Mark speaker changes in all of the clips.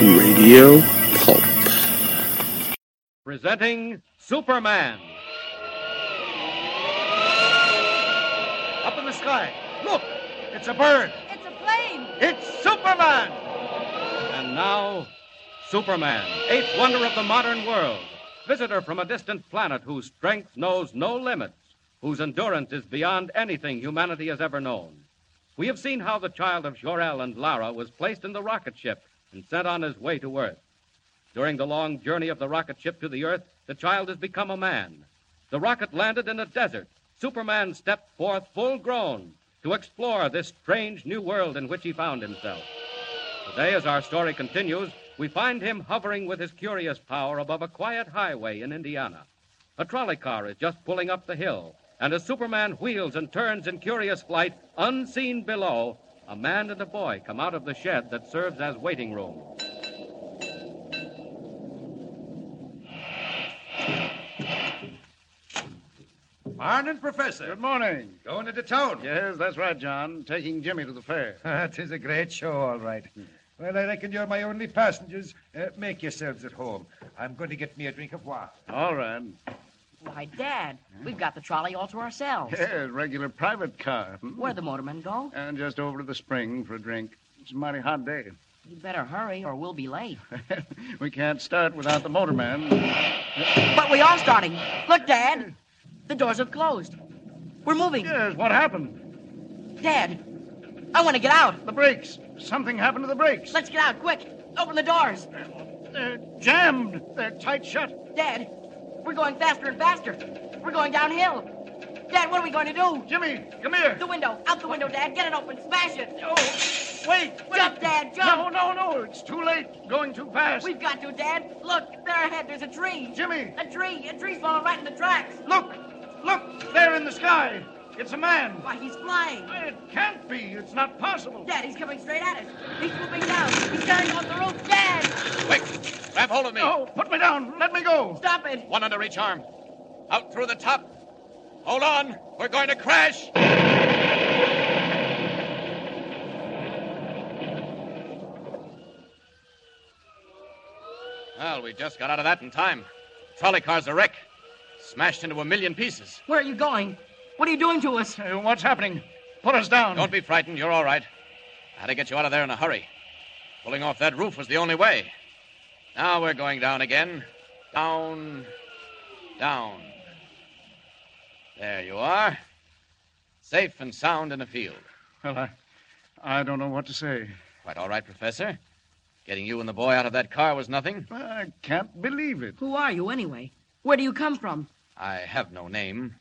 Speaker 1: Radio Pulp.
Speaker 2: presenting Superman. Up in the sky, look, it's a bird.
Speaker 3: It's a plane.
Speaker 2: It's Superman. And now, Superman, eighth wonder of the modern world, visitor from a distant planet whose strength knows no limits, whose endurance is beyond anything humanity has ever known. We have seen how the child of Jor-El and Lara was placed in the rocket ship and sent on his way to Earth. During the long journey of the rocket ship to the Earth, the child has become a man. The rocket landed in a desert. Superman stepped forth full grown to explore this strange new world in which he found himself. Today, as our story continues, we find him hovering with his curious power above a quiet highway in Indiana. A trolley car is just pulling up the hill, and as Superman wheels and turns in curious flight, unseen below, a man and a boy come out of the shed that serves as waiting room.
Speaker 4: Morning, Professor. Good morning. Going into town. Yes, that's right, John. Taking Jimmy to the fair.
Speaker 5: That is a great show, all right. Well, I reckon you're my only passengers. Uh, make yourselves at home. I'm going to get me a drink of water.
Speaker 4: All right.
Speaker 6: Why, Dad, we've got the trolley all to ourselves.
Speaker 4: Yeah, regular private car. hmm?
Speaker 6: Where'd the motorman go?
Speaker 4: And just over to the spring for a drink. It's a mighty hot day.
Speaker 6: You better hurry or we'll be late.
Speaker 4: we can't start without the motorman.
Speaker 6: But we are starting. Look, Dad, the doors have closed. We're moving.
Speaker 4: Yes, what happened?
Speaker 6: Dad, I want to get out.
Speaker 4: The brakes. Something happened to the brakes.
Speaker 6: Let's get out quick. Open the doors.
Speaker 4: They're Uh, jammed. They're tight shut.
Speaker 6: Dad, we're going faster and faster. We're going downhill. Dad, what are we going to do?
Speaker 4: Jimmy, come here.
Speaker 6: The window. Out the window, Dad. Get it open. Smash it.
Speaker 4: Oh, wait, wait.
Speaker 6: Jump, Dad.
Speaker 4: No,
Speaker 6: Jump.
Speaker 4: no, no. It's too late. Going too fast.
Speaker 6: We've got to, Dad. Look, there ahead. There's a tree.
Speaker 4: Jimmy,
Speaker 6: A tree. A tree's falling right in the tracks.
Speaker 4: look. Look, there in the sky. It's a man.
Speaker 6: Why, he's flying.
Speaker 4: It can't be. It's not possible.
Speaker 6: Dad, he's coming straight at us. He's moving down. He's tearing off the roof. Dad,
Speaker 7: Quick! Grab hold of me.
Speaker 4: No, put me down. Let me go.
Speaker 6: stop it.
Speaker 7: One under each arm. Out through the top. Hold on. We're going to crash. Well, we just got out of that in time. Trolley car's a wreck. Smashed into a million pieces.
Speaker 6: Where are you going? What are you doing to us?
Speaker 4: Uh, what's happening? Put us down.
Speaker 7: Don't be frightened. You're all right. I had to get you out of there in a hurry. Pulling off that roof was the only way. Now we're going down again. Down. Down. There you are. Safe and sound in a field.
Speaker 4: Well, I, I don't know what to say.
Speaker 7: Quite all right, Professor. Getting you and the boy out of that car was nothing.
Speaker 4: I can't believe it.
Speaker 6: Who are you, anyway? Where do you come from?
Speaker 7: I have no name.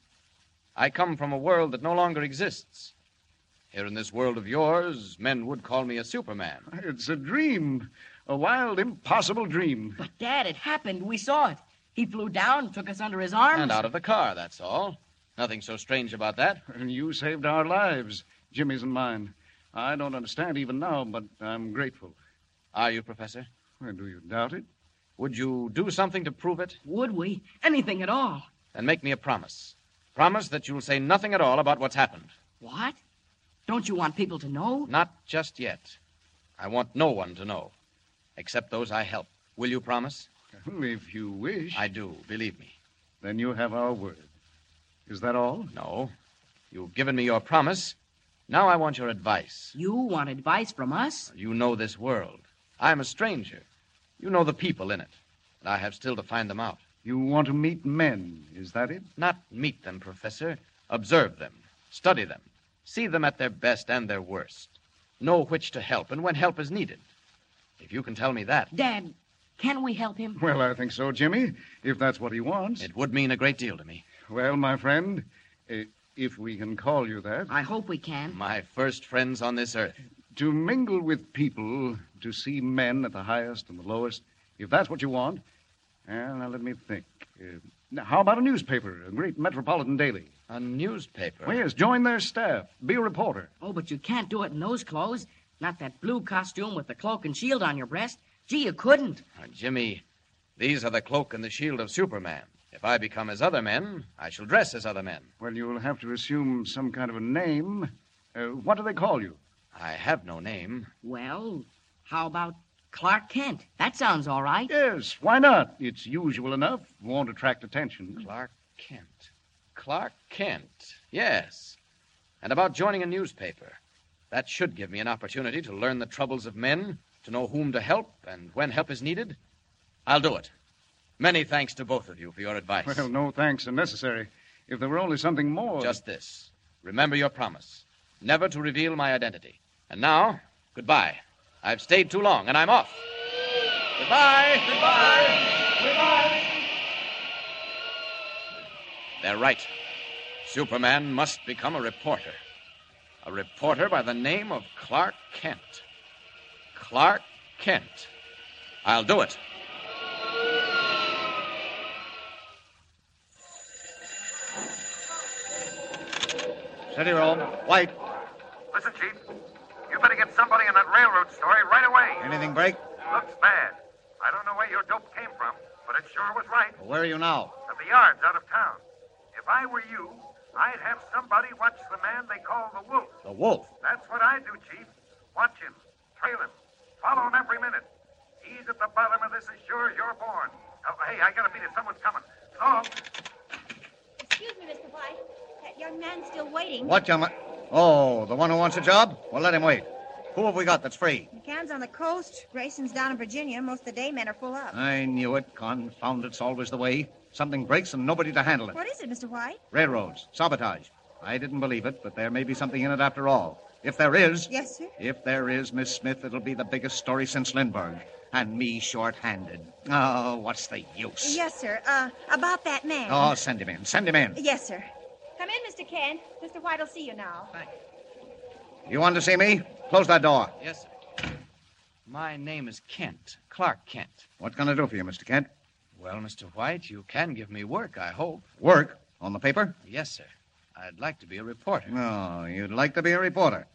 Speaker 7: I come from a world that no longer exists. Here in this world of yours, men would call me a Superman.
Speaker 4: It's a dream. A wild, impossible dream.
Speaker 6: But, Dad, it happened. We saw it. He flew down, took us under his arms.
Speaker 7: And out of the car, that's all. Nothing so strange about that.
Speaker 4: And you saved our lives, Jimmy's and mine. I don't understand even now, but I'm grateful.
Speaker 7: Are you, Professor?
Speaker 4: Well, do you doubt it?
Speaker 7: Would you do something to prove it?
Speaker 6: Would we? Anything at all.
Speaker 7: Then make me a promise. Promise that you'll say nothing at all about what's happened.
Speaker 6: What? Don't you want people to know?
Speaker 7: Not just yet. I want no one to know, except those I help. Will you promise?
Speaker 4: Well, if you wish,
Speaker 7: I do, believe me.
Speaker 4: then you have our word. Is that all?
Speaker 7: No. You've given me your promise. Now I want your advice.
Speaker 6: You want advice from us?
Speaker 7: You know this world. I'm a stranger. You know the people in it. And I have still to find them out.
Speaker 4: You want to meet men, is that it?
Speaker 7: Not meet them, Professor. Observe them. Study them. See them at their best and their worst. Know which to help and when help is needed. If you can tell me that,
Speaker 6: Dad, can we help him?
Speaker 4: Well, I think so, Jimmy, if that's what he wants.
Speaker 7: it would mean a great deal to me.
Speaker 4: Well, my friend, eh, if we can call you that.
Speaker 6: I hope we can.
Speaker 7: My first friends on this earth.
Speaker 4: To mingle with people, to see men at the highest and the lowest, if that's what you want. Well, now let me think. Uh, now, how about a newspaper, a great metropolitan daily?
Speaker 7: A newspaper.
Speaker 4: Well, yes, join their staff, be a reporter.
Speaker 6: Oh, but you can't do it in those clothes. Not that blue costume with the cloak and shield on your breast. Gee, you couldn't.
Speaker 7: Now, Jimmy, these are the cloak and the shield of Superman. If I become as other men, I shall dress as other men.
Speaker 4: Well, you'll have to assume some kind of a name. Uh, what do they call you?
Speaker 7: I have no name.
Speaker 6: Well, how about Clark Kent? That sounds all right.
Speaker 4: Yes, why not? It's usual enough. Won't attract attention.
Speaker 7: Clark Kent. Clark Kent. Yes. And about joining a newspaper. That should give me an opportunity to learn the troubles of men, to know whom to help and when help is needed. I'll do it. Many thanks to both of you for your advice.
Speaker 4: Well, no thanks are necessary. If there were only something more.
Speaker 7: Just this. Remember your promise never to reveal my identity. And now, goodbye. I've stayed too long, and I'm off. Goodbye. Goodbye. Goodbye. They're right. Superman must become a reporter. A reporter by the name of Clark Kent. Clark Kent. I'll do it.
Speaker 4: City room, light.
Speaker 3: Listen, Chief. You better get somebody on that railroad story right away.
Speaker 4: Anything break?
Speaker 3: Looks bad. I don't know where your dope came from, but it sure was right.
Speaker 4: Where are you now?
Speaker 3: At the yard's out of town. If I were you, I'd have somebody watch the man they call the wolf.
Speaker 4: The wolf.
Speaker 3: That's what I do, Chief. Watch him, trail him, follow him every minute. He's at the bottom of this as sure as you're born. Oh, hey, I gotta beat it. Someone's coming. So long.
Speaker 8: Excuse me, Mr. White. That young man's still waiting.
Speaker 4: What young man? Oh, the one who wants a job? Well, let him wait. Who have we got that's free?
Speaker 8: McCann's on the coast. Grayson's down in Virginia. Most of the day men are full up.
Speaker 4: I knew it. Confound it's always the way. Something breaks and nobody to handle it.
Speaker 8: What is it, Mr. White?
Speaker 4: Railroads, sabotage. I didn't believe it, but there may be something in it after all. If there is,
Speaker 8: Yes, sir.
Speaker 4: if there is, Miss Smith, it'll be the biggest story since Lindbergh. And me short-handed. Oh, what's the use?
Speaker 8: Yes, sir. Uh, about that man.
Speaker 4: Oh, send him in. Send him in.
Speaker 8: Yes, sir. Come in, Mr. Kent. Mr. White will see you now.
Speaker 4: You want to see me? Close that door.
Speaker 7: Yes, sir. My name is Kent, Clark Kent.
Speaker 4: What can I do for you, Mr. Kent?
Speaker 7: Well, Mr. White, you can give me work, I hope.
Speaker 4: Work? On the paper?
Speaker 7: Yes, sir. I'd like to be a reporter.
Speaker 4: No, you'd like to be a reporter.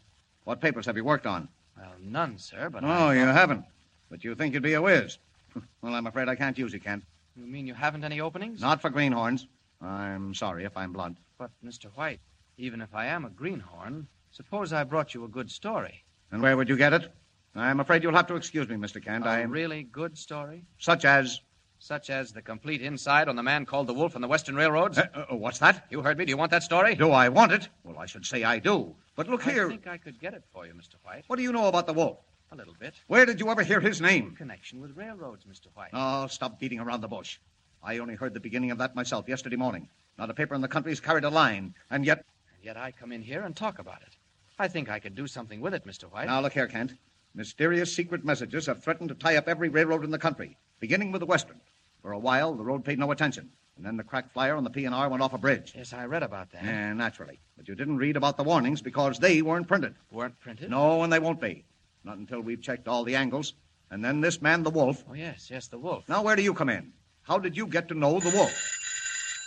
Speaker 4: What papers have you worked on?
Speaker 7: Well, none, sir, but
Speaker 4: No,
Speaker 7: I...
Speaker 4: you haven't. But you think you'd be a whiz. Well, I'm afraid I can't use you, Kent.
Speaker 7: You mean you haven't any openings?
Speaker 4: Not for greenhorns. I'm sorry if I'm blunt.
Speaker 7: But, Mr. White, even if I am a greenhorn, suppose I brought you a good story.
Speaker 4: And where would you get it? I'm afraid you'll have to excuse me, Mr.
Speaker 2: Uh,
Speaker 4: Kent.
Speaker 7: a
Speaker 4: I am
Speaker 7: really good story?
Speaker 4: such as.
Speaker 7: Such as the complete inside on the man called the Wolf on the Western Railroads?
Speaker 4: Uh, uh, what's that?
Speaker 7: You heard me. Do you want that story?
Speaker 4: Do I want it? Well, I should say I do. But look
Speaker 7: I
Speaker 4: here.
Speaker 7: think I could get it for you, Mr. White.
Speaker 4: What do you know about the wolf?
Speaker 7: A little bit.
Speaker 4: Where did you ever hear his
Speaker 7: In
Speaker 4: name?
Speaker 7: connection with railroads, Mr. White.
Speaker 4: Oh, stop beating around the bush. I only heard the beginning of that myself yesterday morning. Not a paper in the country's carried a line, and yet.
Speaker 7: And yet I come in here and talk about it. I think I could do something with it, Mr. White.
Speaker 4: Now look here, Kent. Mysterious secret messages have threatened to tie up every railroad in the country, beginning with the Western. For a while, the road paid no attention, and then the crack flyer on the P&R went off a bridge.
Speaker 7: yes, I read about that.
Speaker 4: Eh, naturally. But you didn't read about the warnings because they weren't printed.
Speaker 7: Weren't printed?
Speaker 4: No, and they won't be. Not until we've checked all the angles. And then this man, the wolf.
Speaker 7: Oh, yes, yes, the wolf.
Speaker 4: Now, where do you come in? How did you get to know the wolf?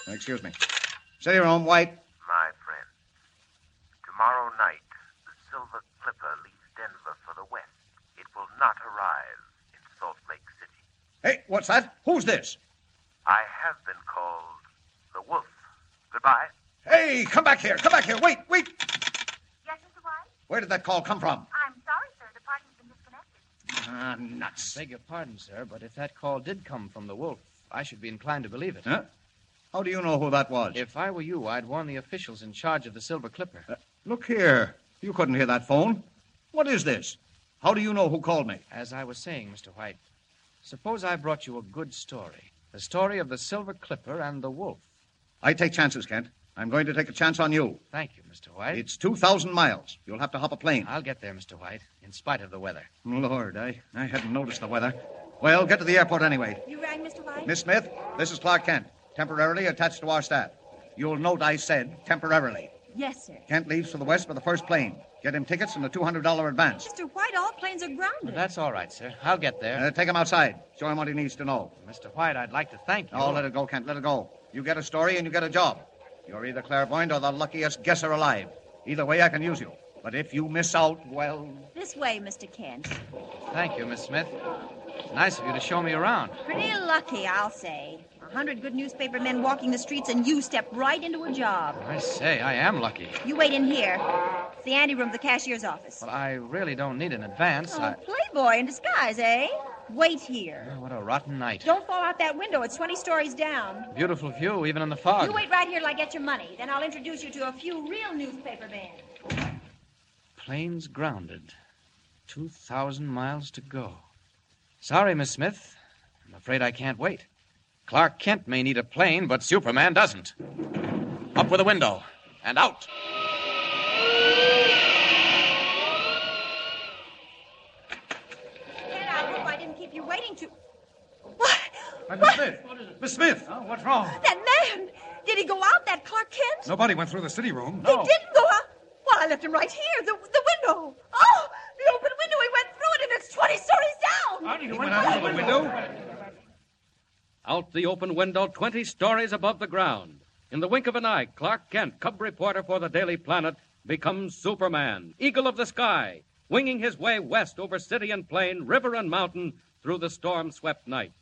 Speaker 4: Excuse me. Sit here, home, White.
Speaker 3: My friend, tomorrow night, the Silver Clipper leaves Denver for the west. It will not arrive in Salt Lake City.
Speaker 4: Hey, what's that? Who's this?
Speaker 3: I have been called the Wolf. Goodbye.
Speaker 4: Hey, come back here. Come back here. Wait, wait.
Speaker 8: Yes, Mr. White?
Speaker 4: Where did that call come from?
Speaker 8: I'm sorry, sir. The party's been disconnected.
Speaker 4: Ah, nuts.
Speaker 7: Beg your pardon, sir, but if that call did come from the wolf, I should be inclined to believe it.
Speaker 4: Huh? How do you know who that was?
Speaker 7: If I were you, I'd warn the officials in charge of the Silver Clipper.
Speaker 4: Look here. You couldn't hear that phone. What is this? How do you know who called me?
Speaker 7: As I was saying, Mr. White, suppose I brought you a good story. The story of the Silver Clipper and the wolf.
Speaker 4: I take chances, Kent. I'm going to take a chance on you.
Speaker 7: Thank you, Mr. White.
Speaker 4: It's 2,000 miles. You'll have to hop a plane.
Speaker 7: I'll get there, Mr. White, in spite of the weather.
Speaker 4: Lord, I, I hadn't noticed the weather. Well, get to the airport anyway.
Speaker 8: You rang, Mr. White?
Speaker 4: Miss Smith, this is Clark Kent, temporarily attached to our staff. You'll note I said temporarily.
Speaker 8: Yes, sir.
Speaker 5: Kent leaves for the west by the first plane. Get him tickets and a $200 advance.
Speaker 8: Mr. White, all planes are grounded.
Speaker 7: That's all right, sir. I'll get there.
Speaker 5: Uh, take him outside. Show him what he needs to know.
Speaker 7: Mr. White, I'd like to thank you.
Speaker 5: No, let it go, Kent. Let it go. You get a story and you get a job. You're either clairvoyant or the luckiest guesser alive. Either way, I can use you. But if you miss out, well,
Speaker 8: This way, Mr. Kent.
Speaker 7: Thank you, Miss Smith. It's nice of you to show me around.
Speaker 8: Pretty lucky, I'll say. A hundred good newspaper men walking the streets, and you step right into a job.
Speaker 7: I say, I am lucky.
Speaker 8: You wait in here. It's the anteroom of the cashier's office.
Speaker 7: Well, I really don't need an advance.
Speaker 8: Oh,
Speaker 7: I...
Speaker 8: playboy in disguise, eh? Wait here.
Speaker 7: Oh, what a rotten night.
Speaker 8: Don't fall out that window. It's 20 stories down.
Speaker 7: Beautiful view, even in the fog.
Speaker 8: You wait right here till I get your money. Then I'll introduce you to a few real newspaper men.
Speaker 7: Planes grounded. 2,000 miles to go. Sorry, Miss Smith. I'm afraid I can't wait. Clark Kent may need a plane, but Superman doesn't. Up with the window and out.
Speaker 8: Ted, I hope I didn't keep you waiting too. What?
Speaker 5: Miss Smith. Miss Smith. Oh, what's wrong?
Speaker 8: That man! Did he go out, that Clark Kent?
Speaker 5: Nobody went through the city room.
Speaker 8: He didn't go out. Well, I left him right here, the, the window. Oh, the open window. He went through it, and it's 20 stories down.
Speaker 5: He went out through the window.
Speaker 2: Out the open window, 20 stories above the ground. In the wink of an eye, Clark Kent, cub reporter for the Daily Planet, becomes Superman, eagle of the sky, winging his way west over city and plain, river and mountain, through the storm swept night.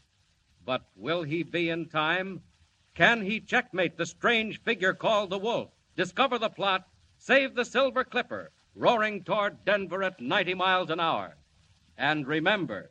Speaker 2: But will he be in time? Can he checkmate the strange figure called the Wolf, discover the plot, save the Silver Clipper, roaring toward Denver at 90 miles an hour? And remember,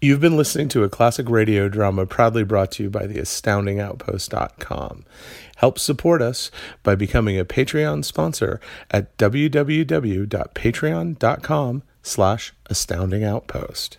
Speaker 9: You've been listening to a classic radio drama proudly brought to you by the astoundingoutpost.com. Help support us by becoming a Patreon sponsor at www.patreon.com slash astoundingoutpost.